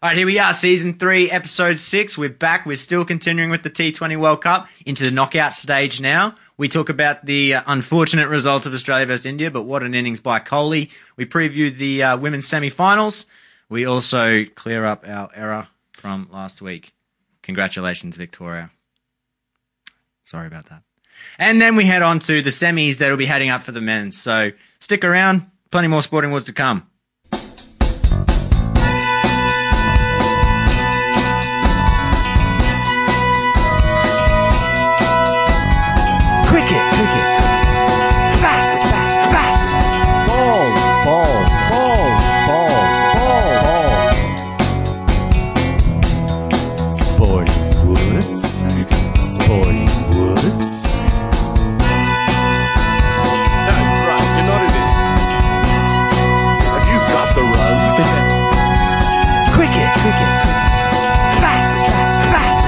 All right, here we are, season three, episode six. We're back. We're still continuing with the T20 World Cup into the knockout stage now. We talk about the uh, unfortunate results of Australia versus India, but what an innings by Kohli. We preview the uh, women's semi finals. We also clear up our error from last week. Congratulations, Victoria. Sorry about that. And then we head on to the semis that will be heading up for the men's. So stick around. Plenty more sporting words to come. Cricket, cricket. Bats, bats, bats. Balls, balls, balls, balls, balls, balls. Sporting Woods. Sporting Woods. No, right, you're not in this. Have you got the run? Cricket, cricket. Bats, bats, bats.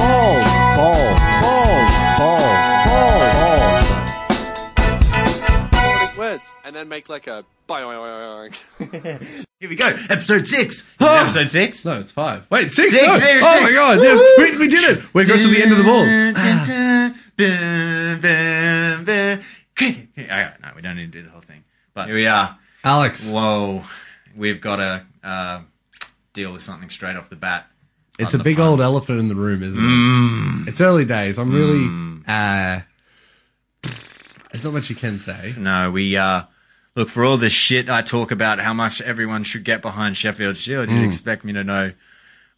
Balls, balls, balls, balls, balls, balls. Words, and then make like a. Here we go. Episode six. Is it Episode six. No, it's five. Wait, six. Six, no. six, oh six. my god! Yes, we, we did it. We got to the end of the Ah. ball. ball. no, we don't need to do the whole thing. But here we are. Alex, Whoa, we've got to uh, deal with something straight off the bat. it's on the a big pun. old elephant in the room, isn't Mm, it? It's early days. I'm really. Mm. uh There's not much you can say. no, we uh, look for all the shit I talk about how much everyone should get behind Sheffield Shield. You'd Mm. expect me to know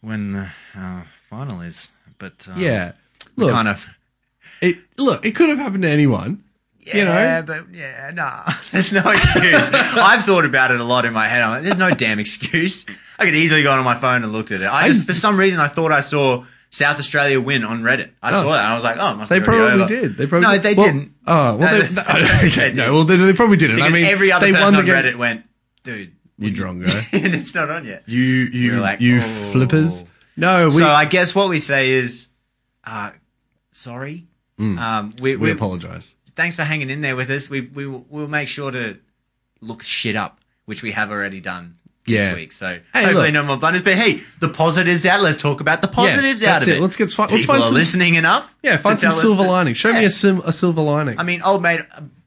when the uh, final is, but uh, Yeah. we Look, kind of. it look. It could have happened to anyone. you know? Yeah, but yeah, nah. There's no excuse. I've thought about it a lot in my head. I'm like, there's no damn excuse. I could easily gone on my phone and looked at it. I just, for some reason, I thought I saw South Australia win on Reddit. I Oh. saw that and I was like, oh, it must They be already probably over. did. They probably No, they well, didn't. Oh well, No, they, they- okay, they did. no, well they, they probably didn't. Because I mean, every other they person won the on game. Reddit went, dude, You drongo. it's not on yet. you you were like, you "Oh." flippers. No, we so I guess what we say is, uh, sorry. Mm. Um, we, we we, apologize. thanks for hanging in there with us. We, we will- we'll make sure to look shit up, which we have already done Yeah. this week. So Hey, hopefully look. no more blunders. But hey, the positives out. Let's talk about the positives yeah, out that's of it. it. Let's get fi- People let's find are some listening enough. Yeah, find to some tell us silver that- lining. Show me Yeah. a, sim- a silver lining. I mean, old mate,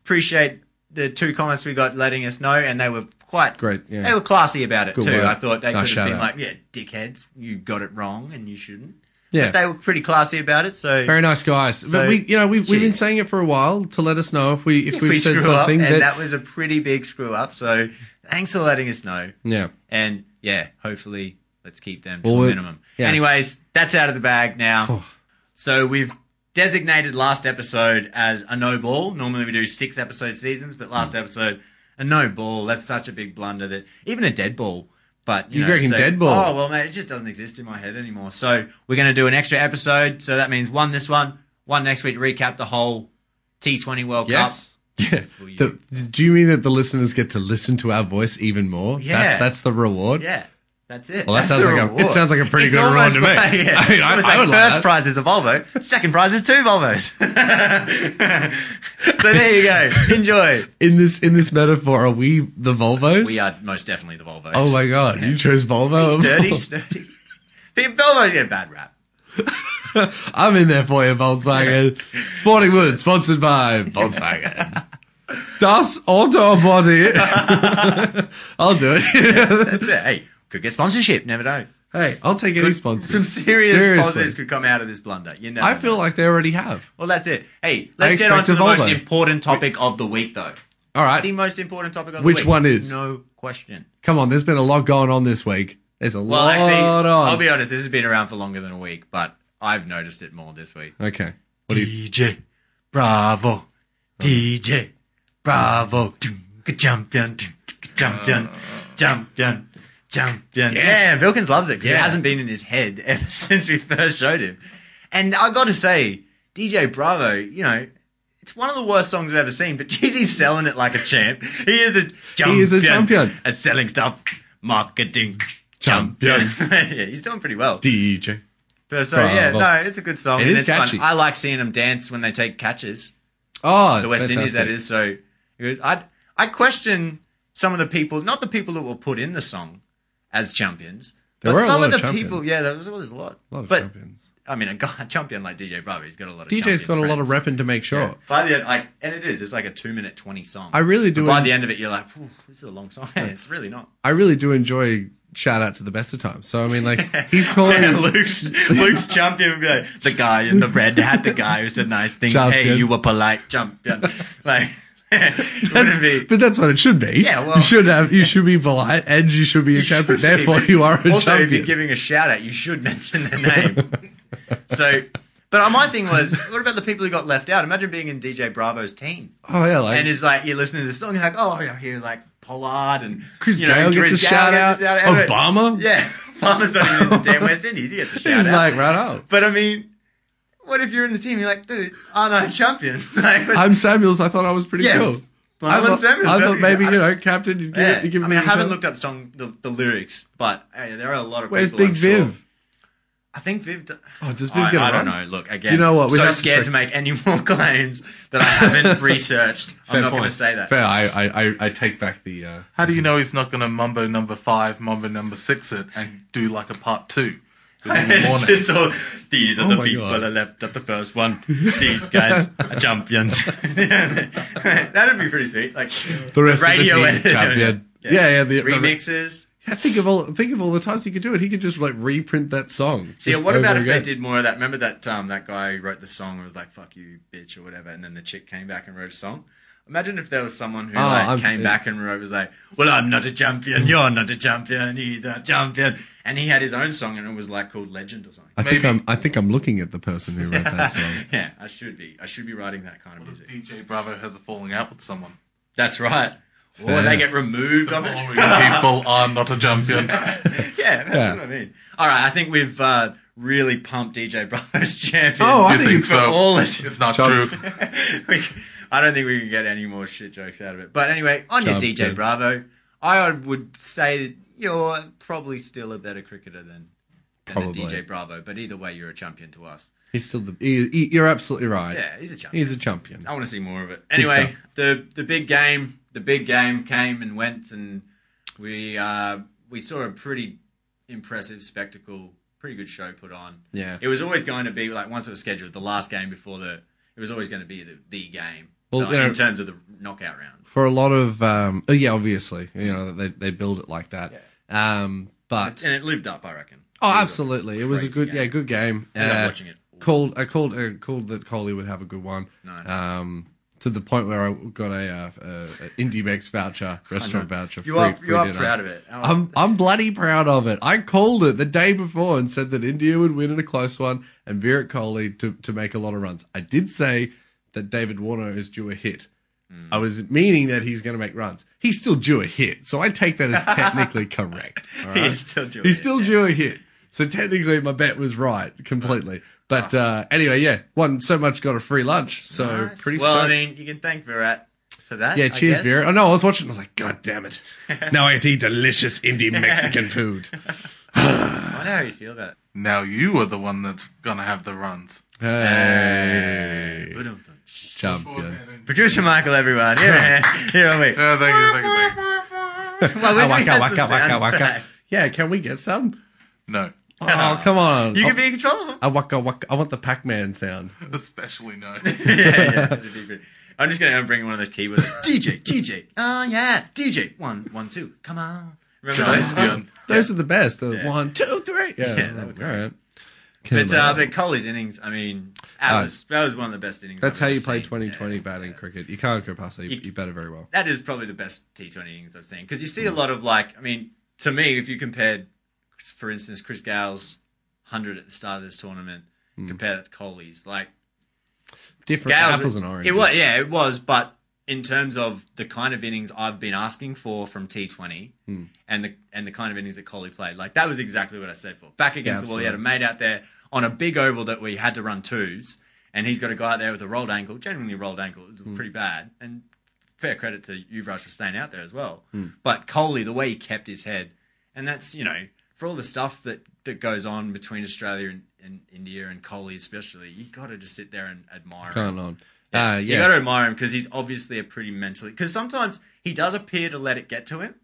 appreciate the two comments we got letting us know, and they were quite Great. Yeah. They were classy about it Good too. work. I thought they Nice could have been shout like, "Yeah, dickheads, you got it wrong, and you shouldn't." yeah. But they were pretty classy about it. So Very nice guys. So, but we, you know, we've, we've been cheers. saying it for a while to let us know if we if, if we've we said screw something up, that, and that was a pretty big screw up. So thanks for letting us know. yeah. And yeah, hopefully let's keep them to Well, a we- minimum. yeah. Anyways, that's out of the bag now. Oh. so we've designated last episode as a no ball. Normally we do six episode seasons, but Hmm. last episode a no ball. That's such a big blunder that even a dead ball. But you, You know, reckon so- dead ball? Oh well, mate, it just doesn't exist in my head anymore. So we're going to do an extra episode. So that means one this one, one next week to recap the whole T20 World Cup. Yes. Yeah. For you. The, do you mean that the listeners get to listen to our voice even more? Yeah. That's that's the reward. Yeah, that's it. Well, That's that sounds the like a- reward. it sounds like a pretty It's good reward almost to me. like- yeah, I mean, I- almost I like would like first that. prize is a Volvo, second prize is two Volvos. so there you go. Enjoy. In this in this metaphor, are we the Volvos? We are most definitely the Volvos. Oh my god, you chose Volvo. Sturdy, sturdy. People- Volvos get a bad rap. I'm in there for you, Volkswagen. Sporting Wood, sponsored by Volkswagen. Das Auto Body. I'll do it. That's it. Hey, could get sponsorship. Never know. hey, I'll take any sponsors. Some serious Seriously. positives could come out of this blunder. You know. I feel like they already have. Well, that's it. Hey, let's get expect on to a the most Volvo. important topic of the week, though. The All right, most important topic of the Which week. one is? No question. come on. There's been a lot going on this week. There's a Well, lot actually, on. I'll be honest. This has been around for longer than a week, but I've noticed it more this week. okay. What do you? DJ Bravo, DJ Bravo, Dun-ka jump down, dun-ka jump down, jump down, jump down. Yeah, Vilkins loves it because it Yeah. hasn't been in his head ever since we first showed him. And I got to say, DJ Bravo, you know. It's one of the worst songs I've ever seen, but geez, he's selling it like a champ. He is a champion. He is a champion. at selling stuff, marketing Champion. yeah, he's doing pretty well. DJ. But so yeah, Bravo. no, it's a good song. It and is it's fun. catchy. I like seeing them dance when they take catches. Oh, the it's West Indies, that fantastic. is. So good. I I question some of the people, not the people that were put in the song as champions, There but were a some lot of the of people, champions. yeah, there was, well, there's a lot. A lot of but champions. I mean, a guy, champion like DJ Bravo, he's got a lot of. DJ's champion got a lot of friends. repping to make sure. Yeah. By the end, like, and it is. It's like a two minute twenty song. I really do. But by en- the end of it, you're like, "Phew, this is a long song. It's really not. I really do enjoy shout out to the best of times. So I mean, like he's calling Yeah, Luke's Luke's champion would be like, the guy in the red hat, the guy who said nice things. Hey, Champion. you were polite, champion. Like, it That's- wouldn't be. but that's what it should be. Yeah, well- you should have. You should be polite, and you should be a You should champion. be. Therefore, you are a also, if champion. you're giving a shout out, you should mention their name. so, but my thing was, what about the people who got left out? Imagine being in DJ Bravo's team, oh yeah, like and it's like you're listening to the song, you're like, oh, I hear like Pollard and Chris you know, Gayle gets a Chris Gayle shout out. gets a shout out. Obama. Yeah, Palmer's not even in the damn West Indies. He gets a shout he's out. like right out. But I mean, what if you're in the team? You're like, dude, I'm not a champion. like, let's- I'm Samuels. I thought I was pretty Yeah. cool. Well, I'm I, thought, Samuels, I that'd thought be- maybe I- you know, Captain. You'd give, yeah. you'd give I me mean, I a haven't shout. looked up song the, the lyrics, but uh, there are a lot of. Where's people, I'm Big sure. Viv? I think Viv. d- Oh, does Viv I, get a I don't run? know. Look again. You know what, I'm we'd so have to scared check. to make any more claims that I haven't researched. I'm Fair not going to point. say that. Fair. I, I, I, I take back the. Uh, How do you know he's not going to mumbo number five, mumbo number six it, and do like a part two? with all the It's warnings? just all, these are Oh the my people God. that left at the first one. These guys are champions. That'd be pretty sweet. Like the rest radio of the team, champion. Yeah, yeah. the, the- remixes. Yeah, think of all think of all the times he could do it. He could just like reprint that song. See, just what about over if they again. did more of that? Remember that um, that guy who wrote the song and was like "fuck you, bitch" or whatever, and then the chick came back and wrote a song. Imagine if there was someone who Oh, like, I'm- came back and wrote was like, "Well, I'm not a champion. You're not a champion either, champion." And he had his own song and it was like called Legend or something. I think Maybe. I'm I think I'm looking at the person who wrote that song. yeah, I should be. I should be writing that kind of What if music. DJ Bravo has a falling out with someone? That's right. Or Fair. they get removed All of the it. people are not a champion. yeah, that's Yeah. what I mean. All right, I think we've uh, really pumped DJ Bravo's champion. Oh, I You think think it's for so? all it. It's not Chum- true. we, I don't think we can get any more shit jokes out of it. But anyway, on your Sounds DJ good. Bravo, I would say that you're probably still a better cricketer than, than a Probably. DJ Bravo. But either way, you're a champion to us. He's still the. He, he, you're absolutely right. Yeah, Oh. he's a champion. He's a champion. I want to see more of it. Anyway, stuff. the the big game, the big game came and went, and we uh, we saw a pretty impressive spectacle, pretty good show put on. Yeah. It was always going to be like once it was scheduled, the last game before the it was always going to be the, the game Well, like, you know- in terms of the knockout round. For a lot of um, oh, yeah, obviously, you know they they build it like that. Um, but and it lived up, I reckon. oh, It was a absolutely, it was a crazy good game. yeah good game. I ended up Uh, watching it. all called I called uh, called that Coley would have a good one. Nice. Um, to the point where I got a, uh, a, a IndieMex voucher, restaurant voucher. you free- are free you are dinner. proud of it. uh, Oh, I'm I'm bloody proud of it. I called it the day before and said that India would win in a close one and Virat Kohli to, to make a lot of runs. I did say that David Warner is due a hit. Hmm. I was meaning that he's going to make runs. He's still due a hit, so I take that as technically correct. all right? He's still doing He's it. still due a hit. So technically, my bet was right completely. But uh, anyway, yeah, one so much got a free lunch. So Uh-huh. Nice. pretty. Well, I stoked. mean, you can thank Virat for that. yeah, I cheers, guess. Vera. I know I was watching. I was like, God damn it! Now I get to eat delicious Indian Mexican food. I know how you feel about it. now you are the one that's going to have the runs. Hey, Ba-dum-bum. champion. Producer Michael, everyone. Here, here are we. Yeah, thank you, thank you, thank you. Well, we should waka, get waka, some waka, sound waka. effects. Yeah, can we get some? No, Oh, come on. You I- can be in control of them. I waka waka. I want the Pac-Man sound. especially no. yeah, yeah, that'd be good. I'm just gonna bring one of those keywords. DJ, DJ. Oh yeah, DJ. One, one, two. Come on. Remember those? Champion. Those are the best. The Yeah. One, two, three. Yeah, Yeah, that would be all right. But Come uh, on. but Coley's innings. I mean, that Nice. was that was one of the best innings. That's I've how ever you play seen. 2020 Yeah. batting cricket. You can't go past that. You, You- you better very well. That is probably the best T20 innings I've seen because you Hmm. see a lot of like. I mean, to me, if you compared, for instance, Chris Gale's hundred at the start of this tournament, Mm. compare that to Coley's, like Different Gales- apples and oranges. It was, yeah, it was. But in terms of the kind of innings I've been asking for from T20 Hmm. and the and the kind of innings that Coley played, like that was exactly what I said for. Back against Yeah, the wall, he had a absolutely. mate out there on a big oval that we had to run twos, and he's got a guy out there with a rolled ankle, genuinely rolled ankle, it was Hmm. pretty bad. And fair credit to Yuvraj for staying out there as well. Hmm. But Coley, the way he kept his head, and that's you know for all the stuff that that goes on between Australia and, and India and Coley especially, you got to just sit there and admire. him. Can't on. Yeah. Uh, You got yeah. to admire him because he's obviously a pretty mentally. Because sometimes he does appear to let it get to him,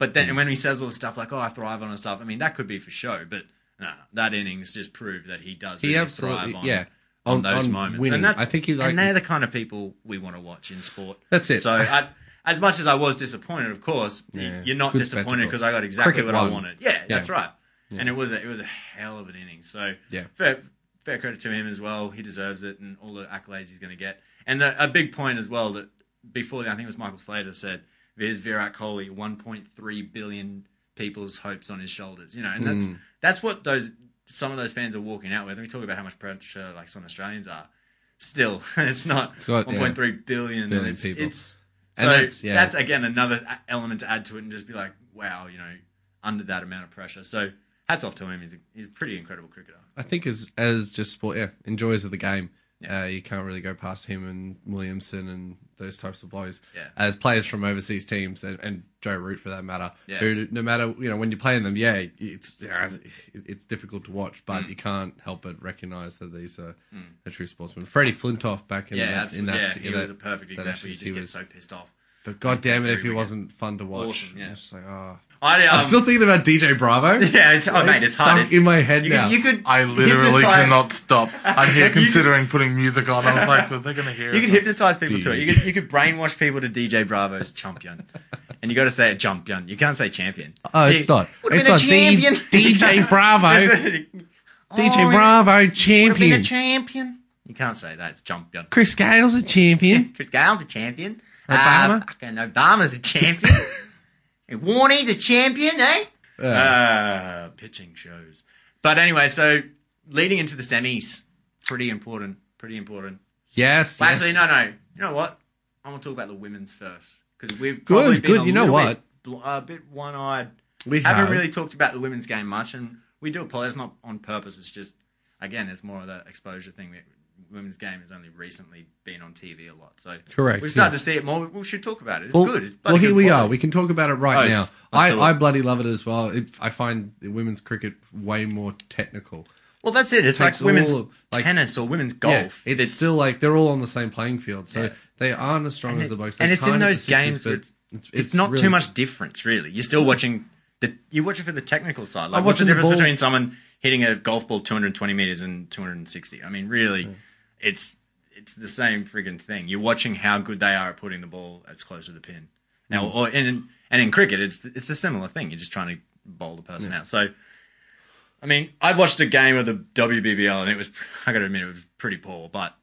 But Mm. then when he says all the stuff like, "Oh, I thrive on and stuff," I mean that could be for show, but no, that innings just proved that he does. He really absolutely, thrive on, yeah. on, those moments. winning. And that's, I think he like. and they're the kind of people we want to watch in sport. That's it. So I, as much as I was disappointed, of course, y- Yeah. you're not Good disappointed spectacle. because I got exactly Cricket what won. I wanted. Yeah, that's Yeah. right. Yeah. And it was a, it was a hell of an inning. So Yeah. fair fair credit to him as well. He deserves it and all the accolades he's going to get. And the, a big point as well that before the, I think it was Michael Slater said, "Here's Virat Kohli, 1.3 billion people's hopes on his shoulders." You know, and that's Mm. that's what those some of those fans are walking out with. And we talk about how much pressure like some Australians are. Still, it's not It's got, yeah. 1.3 billion, Billion and it's, people. it's And so that's- that's, yeah. again another a- element to add to it and just be like, wow, you know, under that amount of pressure. So hats off to him. He's a, he's a pretty incredible cricketer. I think as as just sport, yeah, enjoys of the game. Yeah. Uh, you can't really go past him and Williamson and those types of boys Yeah. as players from overseas teams and, and Joe Root for that matter. Yeah. Who, no matter you know when you're playing them, yeah, it's yeah, it- it's difficult to watch, Mm. but you can't help but recognise that these are a true sportsman. Freddie Flintoff back in yeah, that, in absolutely. that, yeah, in he that- was a perfect that example. actually You he just get was- so pissed off. but god damn it, if he Everywhere. wasn't fun to watch, Awesome, yeah. it's just like ah. I, um, I'm still thinking about DJ Bravo. yeah, it's, oh, mate, it's stuck hard. It's, in my head you, now. could, you could I literally hypnotize- cannot stop. I'm here You- considering putting music on. I was like, well, they're going to hear You it. could hypnotize people to it. Dude. You could you could brainwash people to DJ Bravo's champion, and you got to say it champion. You can't say champion. Oh, You- it's not. Would've It's been a not. D- champion. DJ Bravo. DJ Oh, Bravo would've been champion. a champion. You can't say that. It's champion. Chris Gale's a champion. Chris Gale's a champion. Obama? Uh, fucking Obama's a champion. hey, Warney's a champion, eh? Uh, pitching shows. But anyway, so leading into the semis, pretty important. Pretty important. yes. Well, yes. actually, no, no. You know what? I want to talk about the women's first because we've Good, probably been good. a You know little what? bit bl- a bit one-eyed. We Haven't have. really talked about the women's game much, and we do apologize. It's not on purpose. It's just again, it's more of that exposure thing. That women's game has only recently been on TV a lot, so Correct, We've started to yeah. see it more. We should talk about it. It's well, good. It's well, bloody here good we quality. are. We can talk about it right Oh, now. I, let's do it. I bloody love it as well. It, I find the women's cricket way more technical. Well, that's it. It's like Takes women's all of- like- tennis or women's golf. Yeah, it's, still like they're all on the same playing field, so Yeah. they aren't as strong And as it- the boys. They and it's can't in hit the those sixes, games but where it's- it's, not really- too much difference really. You're still watching the you're watching for the technical side. Like I'm what's the watching the difference ball- between someone hitting a golf ball 220 meters and 260? I mean, really, it's it's the same friggin' thing. You're watching how good they are at putting the ball as close to the pin. Now, Mm. or in and in cricket, it's it's a similar thing. You're just trying to bowl the person out. So. I mean, I watched a game of the WBBL and it was, I gotta admit, it was pretty poor, but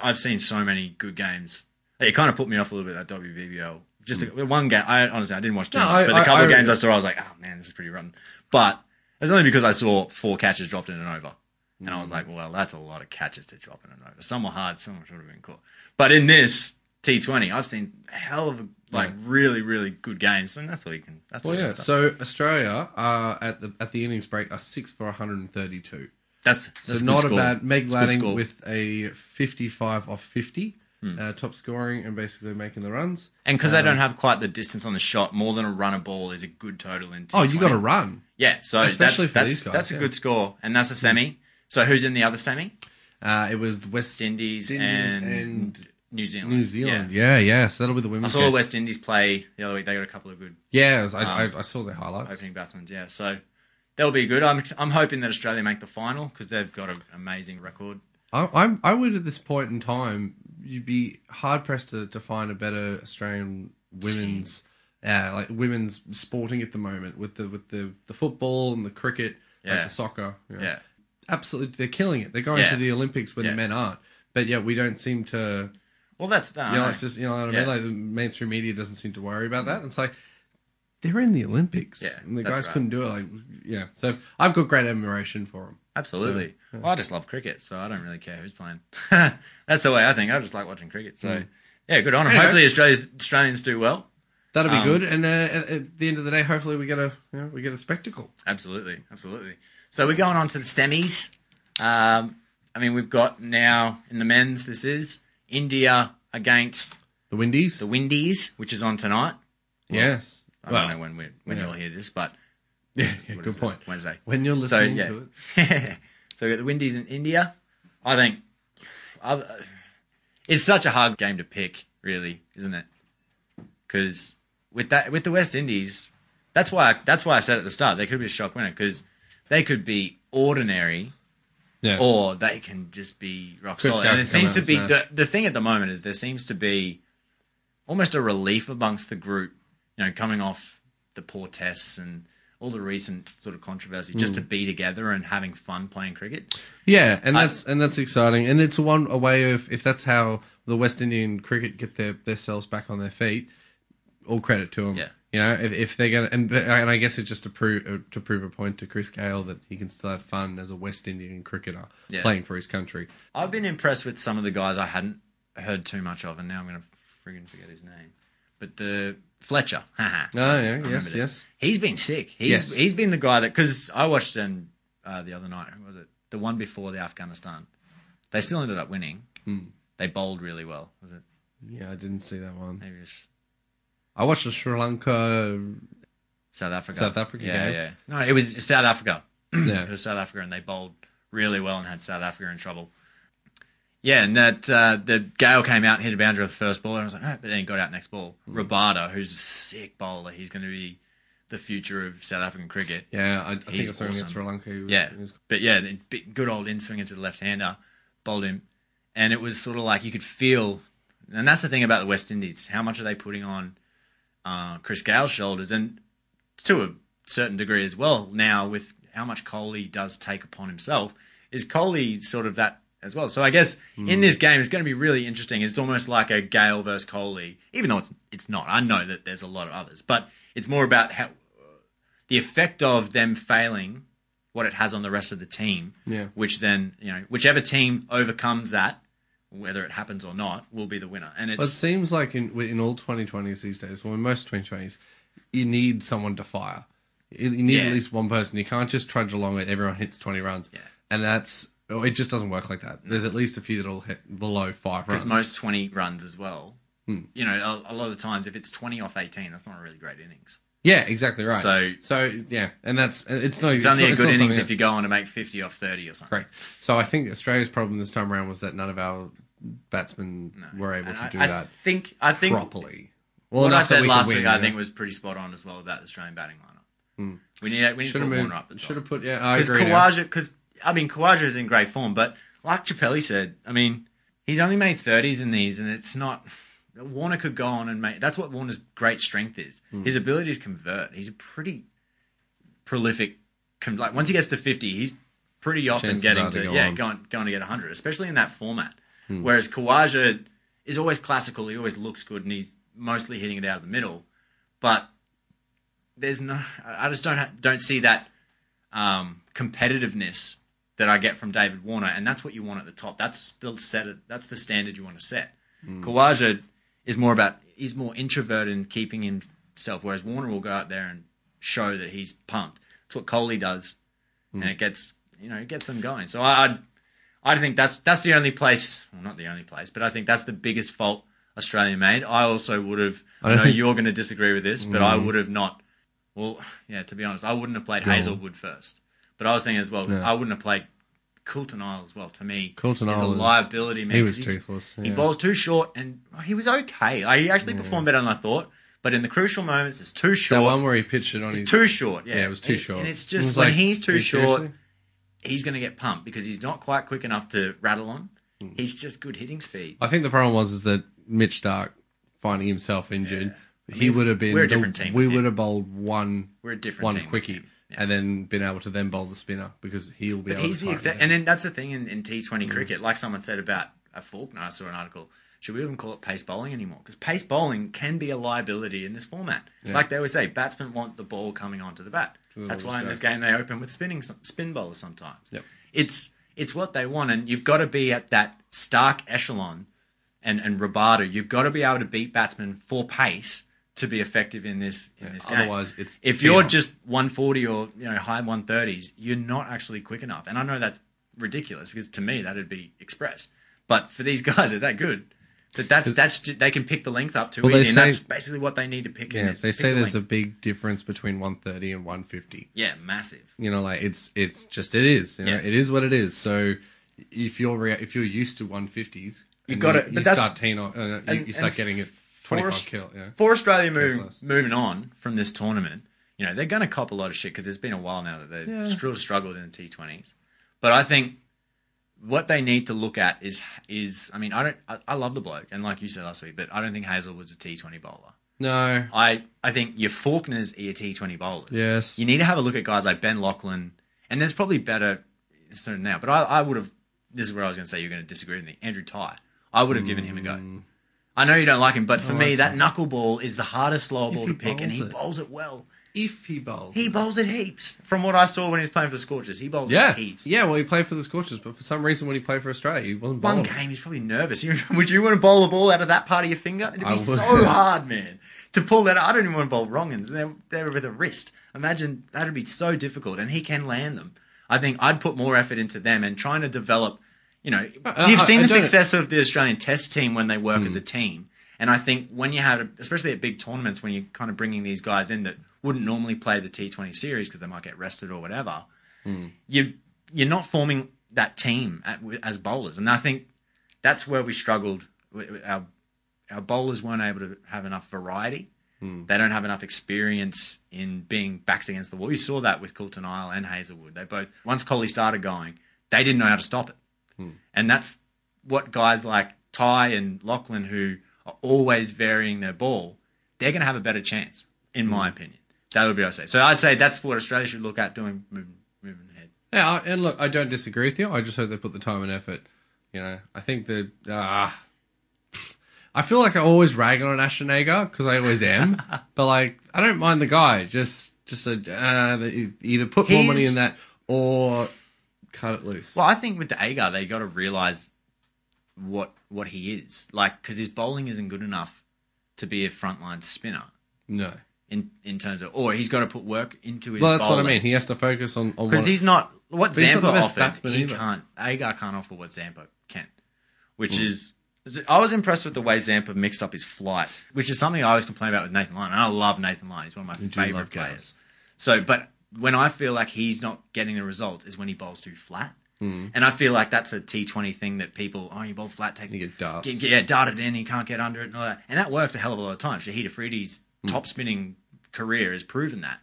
I've seen so many good games. It kind of put me off a little bit, that WBBL. Just a, one game, I honestly, I didn't watch too Hmm. No, much, I- but the I- couple of I- games I saw, I was like, oh man, this is pretty rotten. But it was only because I saw four catches dropped in an over. And Hmm. I was like, well, that's a lot of catches to drop in an over. Some were hard, some should have been caught. But in this T20, I've seen a hell of a, like, Yeah. really, really good games. And that's all you can, that's all Well, you yeah. can say. So Australia uh, at the at the innings break are six for 132. that's, So that's a good not a score. bad. Meg It's a good Lanning score. with a 55 off 50, Hmm. uh, top scoring and basically making the runs. And because they Um, don't have quite the distance on the shot, more than a run a ball is a good total in. Oh, you got to to run. Yeah, so Especially that's for that's, these guys, that's a yeah. Hmm. good score, and that's a semi. So who's in the other semi? Uh, it was the West West Indies, Indies and, and New Zealand. New Zealand. Yeah. yeah, So that'll be the I women's. saw game. the West Indies play the other week. They got a couple of good Yeah, it was- I, um, I, I saw the highlights. opening batsmen. Yeah, so that'll be good. I'm I'm hoping that Australia make the final because they've got an amazing record. I, I'm, I would at this point in time, you'd be hard pressed to, to find a better Australian women's, uh, like women's sporting at the moment with the with the, the football and the cricket, like Yeah. the soccer. you know. Yeah, absolutely, they're killing it. They're going Yeah. to the Olympics when the Yeah. men aren't. But yeah, we don't seem to. well that's uh, You know, it's just you know what I mean. Yeah. Mm-hmm. Like the mainstream media doesn't seem to worry about that. It's like they're in the Olympics, Yeah, and the that's guys right. couldn't do it. Like yeah, so I've got great admiration for them. Absolutely. So, yeah. Well, I just love cricket, so I don't really care who's playing. That's the way I think. I just like watching cricket. So, Mm. yeah, good on 'em. Anyway. Hopefully, Australia's, Australians do well. That'll be Um, good. And uh, at, at the end of the day, hopefully we get a you know, we get a spectacle. Absolutely, absolutely. So we're going on to the semis. Um, I mean, we've got now in the men's. This is India against The Windies. the Windies, which is on tonight. yes. I don't know when we when yeah. you'll hear this, but yeah, yeah, what good is it? point. Wednesday. When you're So listening yeah, to it, so we got the Windies in India. I think other, it's such a hard game to pick, really, isn't it? Because with that, with the West Indies, That's why. I, that's why I said at the start they could be a shock winner because they could be ordinary Yeah. or they can just be rock Chris solid. Gayle And it can come seems out to and be smash. the, the thing at the moment is there seems to be almost a relief amongst the group, you know, coming off the poor tests and all the recent sort of controversy, just Mm. to be together and having fun playing cricket. Yeah, and I- that's and that's exciting, and it's one a way of if that's how the West Indian cricket get their their selves back on their feet. All credit to them. Yeah. You know, if, if they're gonna, and and I guess it's just to prove uh, to prove a point to Chris Gale that he can still have fun as a West Indian cricketer Yeah. playing for his country. I've been impressed with some of the guys I hadn't heard too much of, and now I'm going to friggin' forget his name. But the Fletcher, haha. Oh I yeah, remembered yes, it. yes. He's been sick. He's Yes. he's been the guy that because I watched him uh, the other night. Who was it? The one before the Afghanistan. They still ended up winning. Hmm. They bowled really well. Was it Yeah, I didn't see that one. maybe it was I watched the Sri Lanka. South Africa? South Africa Yeah, game. yeah. No, it was South Africa. It Yeah, was South Africa, and they bowled really well and had South Africa in trouble. Yeah, and that uh, the Gale came out and hit a boundary with the first ball, and I was like, "Ah," but then he got out next ball. Hmm. Rabada, who's a sick bowler, he's going to be the future of South African cricket. yeah. I, I think He's I saw him awesome. against Sri Lanka. He was, Yeah. he was- But yeah, the big, good old in swinger to the left hander, bowled him, and it was sort of like you could feel, and that's the thing about the West Indies. How much are they putting on uh, Chris Gale's shoulders, and to a certain degree as well now with how much Coley does take upon himself. Is Coley sort of that as well? So I guess in this game it's going to be really interesting. It's almost like a Gale versus Coley, even though it's it's not. I know that there's a lot of others, but it's more about how the effect of them failing what it has on the rest of the team, yeah. which then, you know, whichever team overcomes that, whether it happens or not, will be the winner. And Well, it it's seems like in in all 2020s these days, well, in most 2020s, you need someone to fire. You you need Yeah. at least one person. You can't just trudge along and everyone hits 20 runs. Yeah. Mm. And that's, oh, it just doesn't work like that. There's at least a few that'll hit below five because runs. most 20 runs as well. Hmm. You know, a, a lot of the times, if it's 20 off 18, that's not a really great innings. yeah, exactly right. So- so yeah, and that's, it's not, It's, only not- a good not innings something if you go on to make 50 off 30 or something. Correct. So I think Australia's problem this time around was that none of our batsmen No. were able And to I- do I that Think, I think properly. Well, what I enough that said we could last win, week, you I know? think, was pretty spot on as well about the Australian batting lineup. Hmm. We need, we need to should put have Warner up. at moved, the should top. have put, yeah, I Because agree. now. Kawaja, because I mean, Kawaja is in great form, but like Chappelli said, I mean, he's only made thirties in these, and it's not. Warner could go on and make. That's what Warner's great strength is: Hmm. his ability to convert. He's a pretty prolific. con- Like once he gets to fifty, he's pretty often Chances getting are to to go yeah, on. Hmm. going going to get hundred, especially in that format. Whereas Kawaja is always classical. He always looks good, and he's mostly hitting it out of the middle. But there's no, I I just don't ha- don't see that um, competitiveness that I get from David Warner, and that's what you want at the top. That's still set. That's the standard you want to set. Kawaja is more about he's more introverted in keeping himself, whereas Warner will go out there and show that he's pumped. That's what Coley does, and it gets you know it gets them going. So I I'd- I think that's that's the only place, well, not the only place, but I think that's the biggest fault Australia made. I also would have. I I, don't know Mm. think- you're going to disagree with this, but I would have not. Well, yeah, to be honest, I wouldn't have played Hazelwood first. But I was thinking as well, Yeah. I wouldn't have played Coulton Isle as well. To me, Coulton is a Isle is- liability. Man, he 'cause was he's- toothless. He yeah. bowls too short, and well, he was okay. Like, he actually performed better than I thought. But in the crucial moments, it's too That short. one where he pitched it on it's his. too short. Yeah, yeah, it was too And- short. And it's It just was when like, he's too "Are you short, seriously?" he's going to get pumped because he's not quite quick enough to rattle on. He's just good hitting speed. Hmm. I think the problem was is that Mitch Stark finding himself injured, he would have been. we're a the- different team We with would him. have bowled one, We're a different one team with quickie, him. Yeah. and then been able to then bowl the spinner because he'll be. But able he's to the time exact, it. Mm. and then that's the thing in, in T20 cricket. Like someone said about a Faulkner, I saw an article. Should we even call it pace bowling anymore? Because pace bowling can be a liability in this format. Yeah. Like they always say, batsmen want the ball coming onto the bat. Good That's old why in Scott. this game they open with spinning spin bowlers sometimes. Yep. It's it's what they want, and you've got to be at that stark echelon and and Rabada. You've got to be able to beat batsmen for pace to be effective in this in Yeah, this game. otherwise it's if you're fear. just 140 or you know high 130s, you're not actually quick enough. And I know that's ridiculous because to me that'd be express. But for these guys, they're that good. That that's that's they can pick the length up too Well, they easy, and say- that's basically what they need to pick. in Yeah, this. they Pick say the there's a length. big difference between 130 and 150. yeah massive. You know, like it's it's just it is. You know, Yeah. it is what it is. So if you're rea- if you're used to 150s, You and gotta- you, but you that's- start teen, on- uh, you, and- you start and getting it for 25 us- kill. Yeah, For Australia moving Useless. moving on from this tournament, you know, they're going to cop a lot of shit because it's been a while now that they've Yeah. still struggled in the T20s. But I think what they need to look at is is I mean I don't I, I love the bloke and like you said last week, but I don't think Hazelwood's a T20 bowler. No. I I think your Faulkners E are your T20 bowlers. Yes. You need to have a look at guys like Ben Lachlan, and there's probably better sort of now, but I, I would have. This is where I was going to say you're going to disagree with me. Andrew Ty. I would have given him a go. I know you don't like him, but for Mm. I me, like that knuckleball is the hardest slower If ball he to pick, and bowls he it. bowls it well. If he bowls. He bowls it heaps. From what I saw when he was playing for the Scorchers, he bowls Yeah. it heaps. Yeah, well, he played for the Scorchers, but for some reason when he played for Australia, he wasn't One bowling. game, he's probably nervous. You- Would you want to bowl a ball out of that part of your finger? It'd be I would. so hard, man, to pull that. out. I don't even want to bowl wrong ends. They're, they're with a wrist. Imagine that'd be so difficult, and he can land them. I think I'd put more effort into them and trying to develop. You know, Uh, you've I- seen I the don't- Hmm. success of the Australian Test team when they work as a team, and I think when you have, especially at big tournaments, when you're kind of bringing these guys in that wouldn't normally play the T20 series because they might get rested or whatever Hmm. you you're not forming that team at, as bowlers, and I think that's where we struggled. Our our bowlers weren't able to have enough variety. Hmm. They don't have enough experience in being backs against the wall. You saw that with Coulton Isle and Hazelwood. They both once Coley started going, they didn't know how to stop it, and that's what guys like Ty and Lachlan, who are always varying their ball, they're going to have a better chance, in my opinion. That would be what I say. So I'd say that's what Australia should look at doing moving, moving ahead. Yeah, I- and look, I don't disagree with you. I just hope they put the time and effort. You know, I think that. ah I feel like I always rag on Ashton Agar because I always am, but like I don't mind the guy. Just, just a, uh, the- either put more money He's- in that or cut it loose. Well, I think with the Agar, they got to realize what what he is like because his bowling isn't good enough to be a frontline spinner no, in in terms of, or he's got to put work into his. well, that's what I mean. He has to focus on on because what he's not what But he's not Zampa the best offers. batsman He either. can't. Agar can't offer what Zampa can, which Hmm. is. I was impressed with the way Zampa mixed up his flight, which is something I always complain about with Nathan Lyon. And I love Nathan Lyon; he's one of my We do favorite love guys. players. So, but when I feel like he's not getting the result is when he bowls too flat. Mm. And I feel like that's a T20 thing that people, oh, you bowl flat, take You get darts. Get, get- yeah, darted in, you can't get under it and all that. And that works a hell of a lot of times. Shahid Afridi's top spinning career has proven that.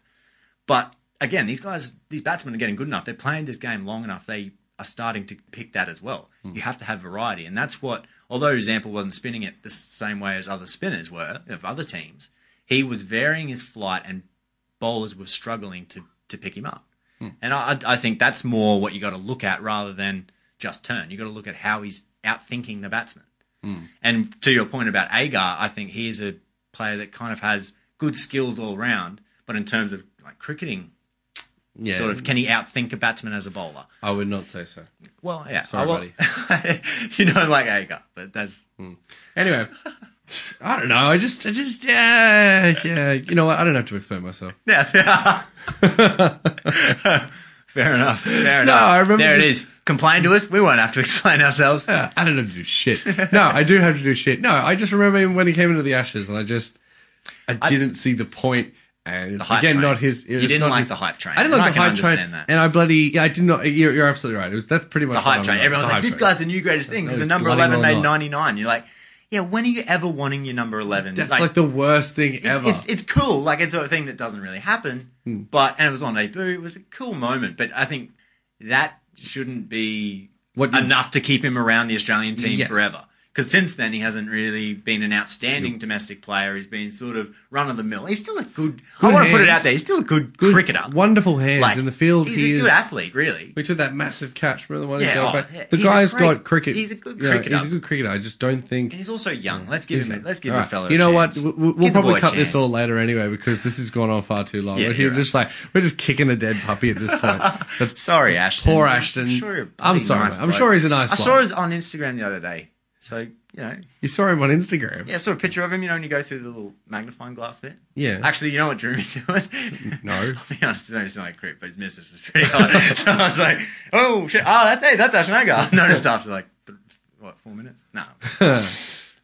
But again, these guys, these batsmen are getting good enough. They're playing this game long enough. They are starting to pick that as well. You have to have variety. And that's what, although Zampa wasn't spinning it the same way as other spinners were of other teams, he was varying his flight and bowlers were struggling to, to pick him up. And I, I- I think that's more what you got to look at rather than just turn. You got to look at how he's outthinking the batsman. And to your point about Agar, I think he is a player that kind of has good skills all round, but in terms of like cricketing, yeah, sort of can he outthink a batsman as a bowler? I would not say so. Well, yeah, Sorry, buddy. you know, like Agar, but that's Anyway, I don't know. I just, I just, yeah, yeah. You know what? I don't have to explain myself. yeah. Fair enough. Fair enough. I remember there it just- is. Complain to us. We won't have to explain ourselves. Yeah, I don't have to do shit. No, I do have to do shit. No, I just remember him when he came into the Ashes, and I just I, I- didn't see the point. And hype again, train. not his. You it's didn't not like his- the hype train. I didn't and like I the can hype understand train. that. And I bloody, yeah, I did not. You're, you're absolutely right. It was, that's pretty much the what I hype train. remember. Everyone's The like, hype this train. guy's the new greatest thing No, because the he's number bloody 11 well made not. 99. You're like, yeah, when are you ever wanting your number 11? That's like, the worst thing it- ever. Hmm. It's, it's cool. Like, it's a thing that doesn't really happen, but, and it was on debut. It was a cool moment, but I think that shouldn't be What you- enough to keep him around the Australian team Yes. forever. Because since then, he hasn't really been an outstanding domestic player. He's been sort of run of the mill. He's still a good, I Good want to put it hands. out there. He's still a good, Good, cricketer. Wonderful hands Like, in the field. He's he a is. good athlete, really. we took that massive catch. Remember the one? Yeah, he oh, gave back? yeah, the he's a guy's great- got cricket. he's a good yeah, cricketer. He's a good cricketer. I just don't think And he's also young. Let's give Is him. it? A, let's give All him a right. fellow. You a know chance. what? We'll, we'll Give the boy probably a cut this chance. all later anyway because this has gone on far too long. Yeah, we're you're just like we're just kicking a dead puppy at this point. The Sorry, Ashton. poor I'm Ashton. sure you're a I'm bloody sorry. nice mate. I'm bloke. sure he's a nice. I saw bloke. his on Instagram the other day. So you know, You saw him on Instagram. yeah, I saw a picture of him. You know, when you go through the little magnifying glass bit. Yeah. Actually, you know what drew me to it? No. I'll be honest, it don't sound like creep, but his missus was pretty hot. so I was like, oh shit, oh that's hey, that's Ashton Agar. I noticed after like th- what four minutes? No.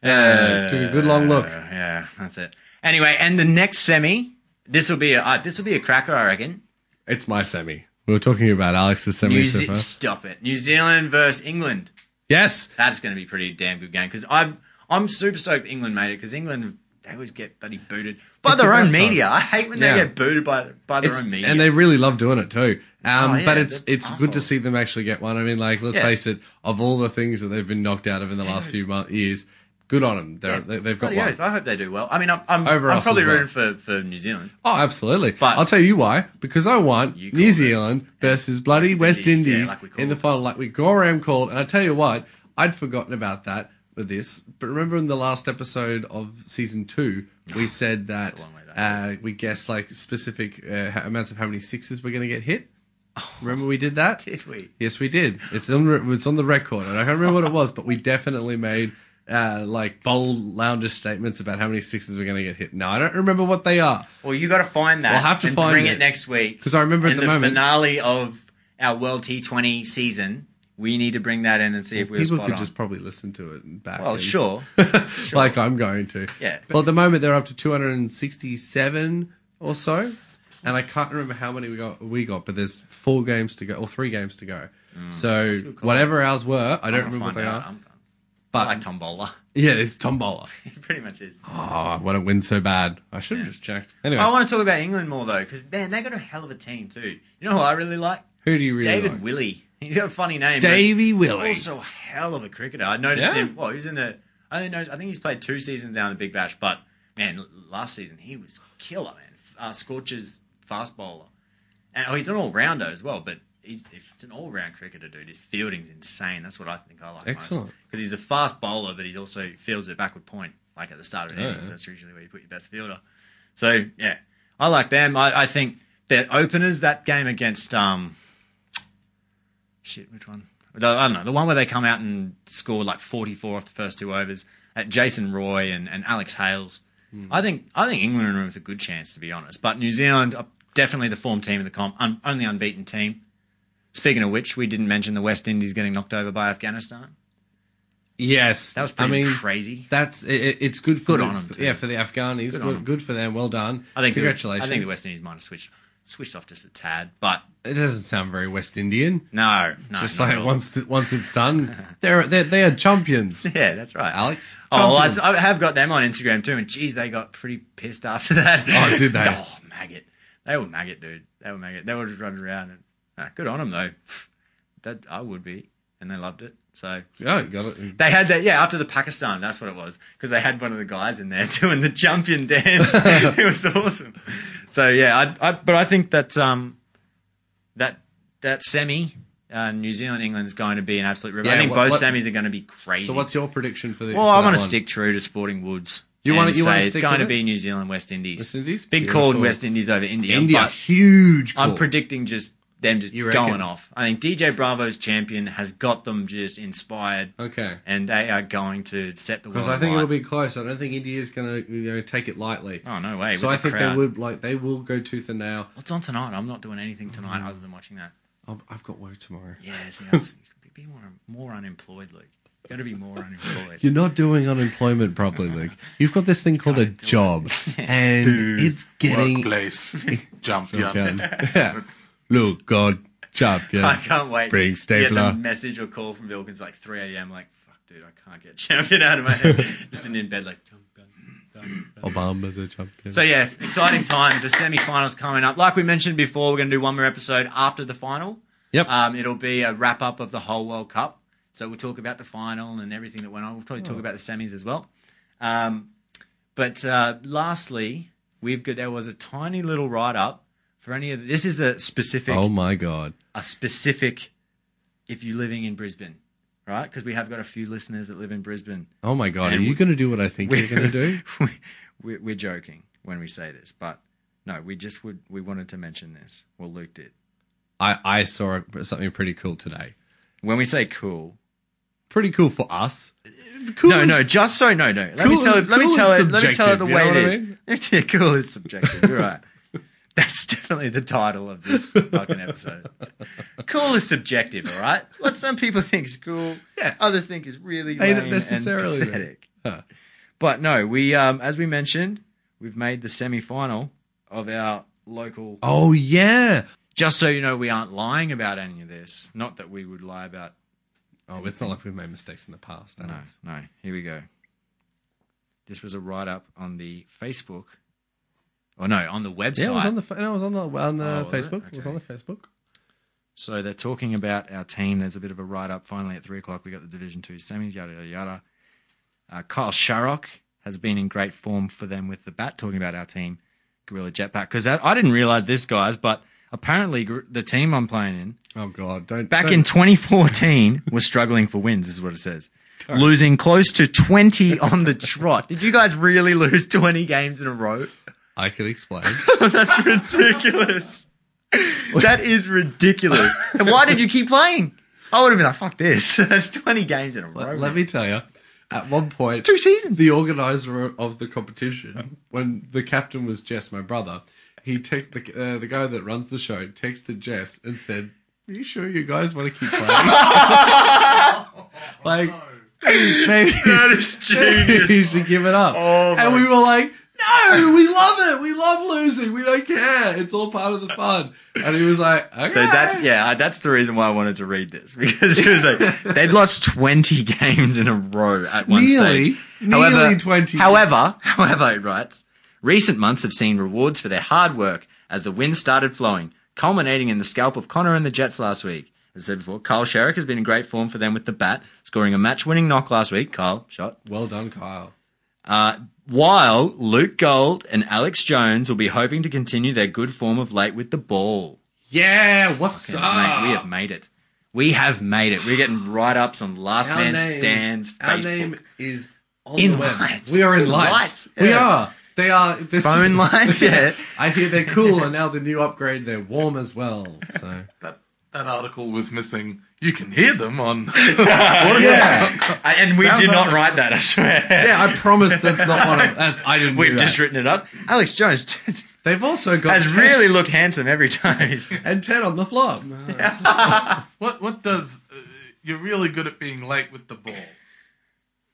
Yeah, took a good long look. Yeah, that's it. Anyway, and the next semi, this will be a uh, this will be a cracker, I reckon. it's my semi. We were talking about Alex's semi New so Ze- far. stop it. New Zealand versus England. Yes. That's going to be a pretty damn good game because I'm I'm super stoked England made it because England they always get bloody booted by It's their own about time. media. I hate when Yeah. they get booted by by their It's- own media. and they really love doing it too. Um, Oh, yeah, but it's they're it's good to assholes. see them actually get one. I mean, like let's Yeah. face it, of all the things that they've been knocked out of in the last few month, years, good on them. They're, uh, they, they've got Bloody one. oath, I hope they do well. I mean, I'm I'm, Over I'm us probably as well. rooting for, for New Zealand. Oh, absolutely. But- I'll tell you why. Because I want You New called it. Zealand versus bloody West West, Indies, Indies, yeah, like we in the called. final, like we Gorham called. And I tell you what, I'd forgotten about that with this. But remember in the last episode of season two, we said that long way back. uh, we guessed like specific uh, ho- amounts of how many sixes we're going to get hit. Remember we did that? Did we? Yes, we did. It's on re- it's on the record, and I can't remember what it was, but we definitely made uh, like bold, loundish statements about how many sixes we're going to get hit. Now I don't remember what they are Well, you got to find that. We'll have to and find bring it. it. next week. because I remember In at the, the, moment finale of our World T20 season, we need to bring that in and see if we were people spot could on. just probably listen to it and back. well, and- sure. like I'm going to. Yeah, but- Well, at the moment they're up to 267 or so, and I can't remember how many we got. We got, but there's four games to go or three games to go. So Mm. good call. whatever ours were, I I don't remember what they are. I'm, I But like Tombola. yeah, it's Tombola. He pretty much is. Oh, I want to win so bad. I should have just checked. Anyway, Oh, I want to talk about England more though, because man, they got a hell of a team too. You know who I really like? who do you really David like? Willey. He's got a funny name. but Davey Willie. Also, a hell of a cricketer. I noticed Yeah? him. Well, he was in the. I don't know. I think he's played two seasons down the Big Bash, but man, l- last season he was killer, man. Uh, Scorcher's fast bowler, and oh, he's an all rounder as well. But he's, he's an all round cricketer, dude. His fielding's insane. That's what I think I like Excellent. because he's a fast bowler, but he also fields at backward point, like at the start of an Yeah. innings. That's usually where you put your best fielder. So yeah, I like them. I, I think their openers that game against um, shit, which one? The- I don't know. The one where they come out and score like forty-four off the first two overs at Jason Roy and, and Alex Hales. I think I think England are in with a good chance to be honest, but New Zealand are definitely the form team in the comp, un, only unbeaten team. Speaking of which, we didn't mention the West Indies getting knocked over by Afghanistan. Yes, That was I pretty mean, crazy. that's it, it- it's good for Good the, on 'em, too. Yeah, for the Afghanis, Good good, on 'em. good, for them. Well done. I think the- congratulations. I think the West Indies might have switched switched off just a tad, but It doesn't sound very West Indian. no, no, Just not at like all. once th- once it's done, they're, they're they are champions. Yeah, that's right. Alex, Oh, well, I, Champions. I have got them on Instagram too, and geez, they got pretty pissed after that. Oh, did they? oh, maggot. They were maggot, dude. They were maggot. They were just running around. And, ah, good on them though. That I would be, and they loved it. So oh, you got it. they had that. Yeah, after the Pakistan, that's what it was, because they had one of the guys in there doing the champion dance. it was awesome. So yeah, I, I but I think that um that that semi. Uh, New Zealand England is going to be an absolute river. I Yeah, think what- both what- semis are going to be crazy. So, what's your prediction for the? Well, for I that want to one? stick true to Sporting Woods. You and wanna- you say wanna it's stick going with to it? be New Zealand West Indies. West Indies. Big call in Beautiful. West Indies over India. India, but huge. I'm call. predicting just them just You reckon? going off. I think DJ Bravo's champion has got them just inspired, Okay. and they are going to set the world. Because I think alight. it'll be close. I don't think India's going to you know, take it lightly. Oh no way! so with I the think crowd. they would like they will go tooth and nail. What's on tonight? I'm not doing anything tonight Mm. other than watching that. I've, I've got work tomorrow. Yeah, see, that's- be more more unemployed, Luke. You got to be more unemployed. You're not doing unemployment properly, Luke. You've got this thing called a job, and it's getting Workplace. Jump, yeah. yeah. Look, God, champion. I can't wait. Bring to get stapler. the message or call from Vilkins like 3 a.m. Like, fuck, dude, I can't get champion out of my head. Just sitting in bed like. dum, dum, dum, dum. Obama's a champion. So yeah, exciting times. The semi-finals coming up. Like we mentioned before, we're going to do one more episode after the final. Yep. Um, it'll be a wrap up of the whole World Cup. So we'll talk about the final and everything that went on. We'll probably Hmm. talk about the semis as well. Um, but uh, lastly, we've got there was a tiny little write up for any of the, this is a specific oh my God. a specific if you're living in Brisbane, right? Because we have got a few listeners that live in Brisbane. Oh my God. Are And you we- going to do what I think you're going to do? we- we, we're joking when we say this, but no, we just would we wanted to mention this. Well, Luke did. I I saw something pretty cool today. When we say cool, Pretty cool for us. Cool no, is- no, just so no, no. Let Cool- me tell it. Let me cool tell is it. Let me tell it the subjective, you way know it what I is. mean? Yeah, cool is subjective. You're right. That's definitely the title of this fucking episode. cool is subjective, all right. What some people think is cool, Yeah. others think is really Ain't it lame necessarily, though. and pathetic. Huh. But no, we um, as we mentioned, we've made the semi-final of our local Oh yeah. just so you know, we aren't lying about any of this. Not that we would lie about. Oh, it's not like we've made mistakes in the past. No, Alex. no. Here we go. This was a write up on the Facebook. Oh no, on the website. Yeah, it was on the fa- no, it was on the on the Oh, was it? Facebook. It? was Okay. on the Facebook. So they're talking about our team. There's a bit of a write up. Finally, at three o'clock, we got the Division Two semis. Yada yada yada. Uh, Kyle Sharrock has been in great form for them with the bat. Talking about our team, Gorilla Jetpack, because I didn't realize this, guys, but apparently gr- the team I'm playing in Oh god, don't back don't- in 2014 was struggling for wins. Is what it says. Losing close to 20 on the trot. Did you guys really lose 20 games in a row? I can explain. That's ridiculous. that is ridiculous. And why did you keep playing? I would have been like, fuck this. That's 20 games in a row. let, man. let me tell you. At one point, Two seasons. the organizer of the competition, when the captain was Jess, my brother, he text the uh, the guy that runs the show texted Jess and said, "Are you sure you guys want to keep playing? like, maybe, That is maybe genius. you should give it up." Oh and my- we were like, "No, we love it. We love losing. We don't care. It's all part of the fun." And he was like, okay. So that's, yeah, I- that's the reason why I wanted to read this because it was like, they'd lost 20 games in a row at one nearly stage. nearly twenty. However, however, it writes, recent months have seen rewards for their hard work as the wind started flowing, culminating in the scalp of Connor and the Jets last week. As I said before, Kyle Sherrick has been in great form for them with the bat, scoring a match-winning knock last week. Kyle shot. well done, Kyle. Uh, while Luke Gold and Alex Jones will be hoping to continue their good form of late with the ball. Yeah, what's Okay, up? mate, we have made it. We have made it. We're getting right ups on Last Our Man name- Stands Our Facebook. name is on In the web. lights. We are in In lights. lights, We yeah. are. They are they're Phone lights, yeah. I hear they're cool, and now the new upgrade, they're warm as well. So That, that article was missing. You can hear them on. Uh, yeah, And we Sounds did not like- write that, I swear. yeah. I promise that's not one of. That's, I didn't. We've do that. just written it up. Alex Jones They've also got has Ted really looked handsome every time. and Ted on the flop. What what does uh, you're really good at being late with the ball?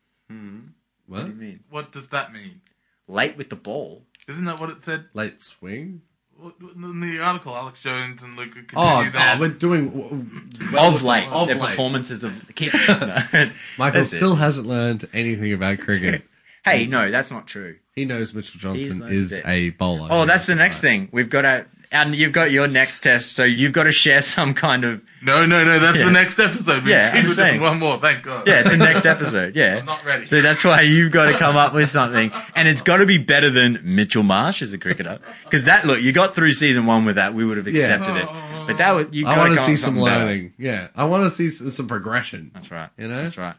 What? mean? What does that mean? Late with the ball. Isn't that what it said Late swing. What- in the article? Alex Jones and Luca continue Oh, no, that. we're doing. of late. of Their late. performances of. No. Michael That's it. still hasn't learned anything about cricket. Hey, no, that's not true. He knows Mitchell Johnson learned is it. a bowler. Oh, He that's the knows next that. thing. We've got to. And you've got your next test, so you've got to share some kind of. no, no, no. That's Yeah. the next episode. We Yeah, I'm keep it saying. doing one more. Thank God. Yeah, it's the next episode. Yeah. I'm not ready. So that's why you've got to come up with something, and it's got to be better than Mitchell Marsh as a cricketer, because that look you got through season one with that, we would have accepted Oh. it. But that would you I got want to to see some learning. Yeah, I want to see some, some progression. That's right. You know? That's right.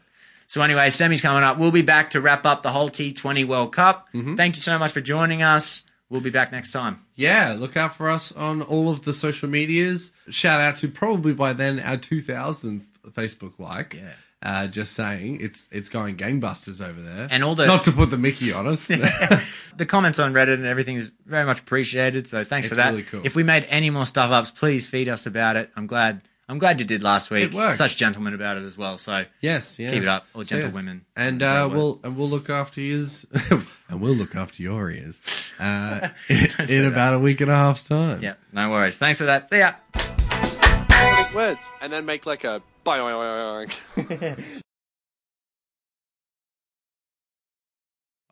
So anyway, semi's coming up. We'll be back to wrap up the whole T20 World Cup. Mm-hmm. Thank you so much for joining us. We'll be back next time. Yeah, look out for us on all of the social medias. Shout out to probably by then our 2000th Facebook like. Yeah. Uh, just saying, it's it's going gangbusters over there. And all the- not to put the Mickey on us. The comments on Reddit and everything is very much appreciated. So thanks It's for that. really cool. If we made any more stuff ups, please feed us about it. I'm glad. I'm glad you did last week. It worked. Such gentlemen about it as well. So yes, yes. keep it up, or So, yeah. gentlewomen. And as they uh, were. we'll and we'll look after yours, and we'll look after your ears uh, in, Don't say in that. about a week and a half's time. Yeah, no worries. Thanks for that. See ya. Make words and then make like a boing.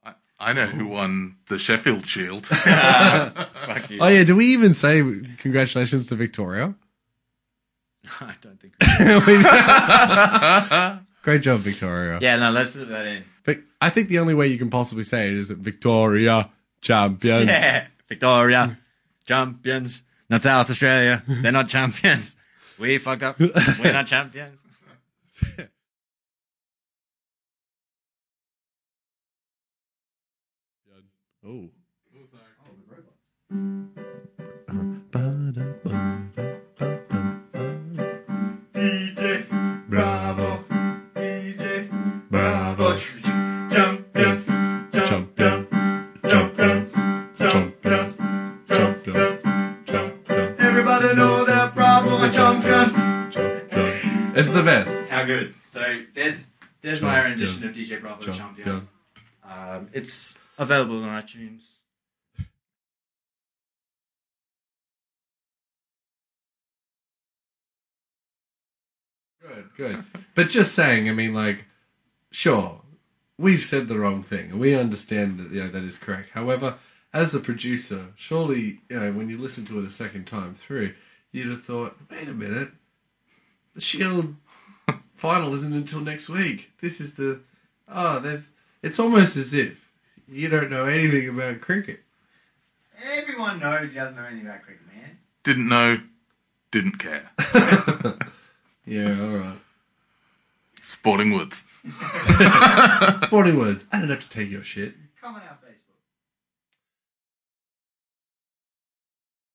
I, I know who won the Sheffield Shield. Fuck you. Oh yeah, do we even say congratulations to Victoria? I don't think. we- Great job, Victoria. yeah, no. Let's put that in. But I think the only way you can possibly say it is that Victoria champions. Yeah, Victoria, champions. Not South Australia. They're not champions. We fuck up. We're not champions. Oh. DJ Bravo. DJ Bravo. Champion. Champion. Champion. Champion. Champion. Everybody know that Bravo are champion. Champion. It's the best. How good. So there's there's my rendition of DJ Bravo champion. Champion. Um, it's available on iTunes. Good, good. But just saying, I mean, like, sure, we've said the wrong thing, and we understand that you know, that is correct. However, as a producer, surely you know when you listen to it a second time through, you'd have thought, wait a minute, the Shield final isn't until next week. This is the oh, they've. It's almost as if you don't know anything about cricket. Everyone knows he doesn't know anything about cricket, man. Didn't know, didn't care. yeah, all right. Sporting Woods. Sporting words. I don't have to take your shit. Come on out,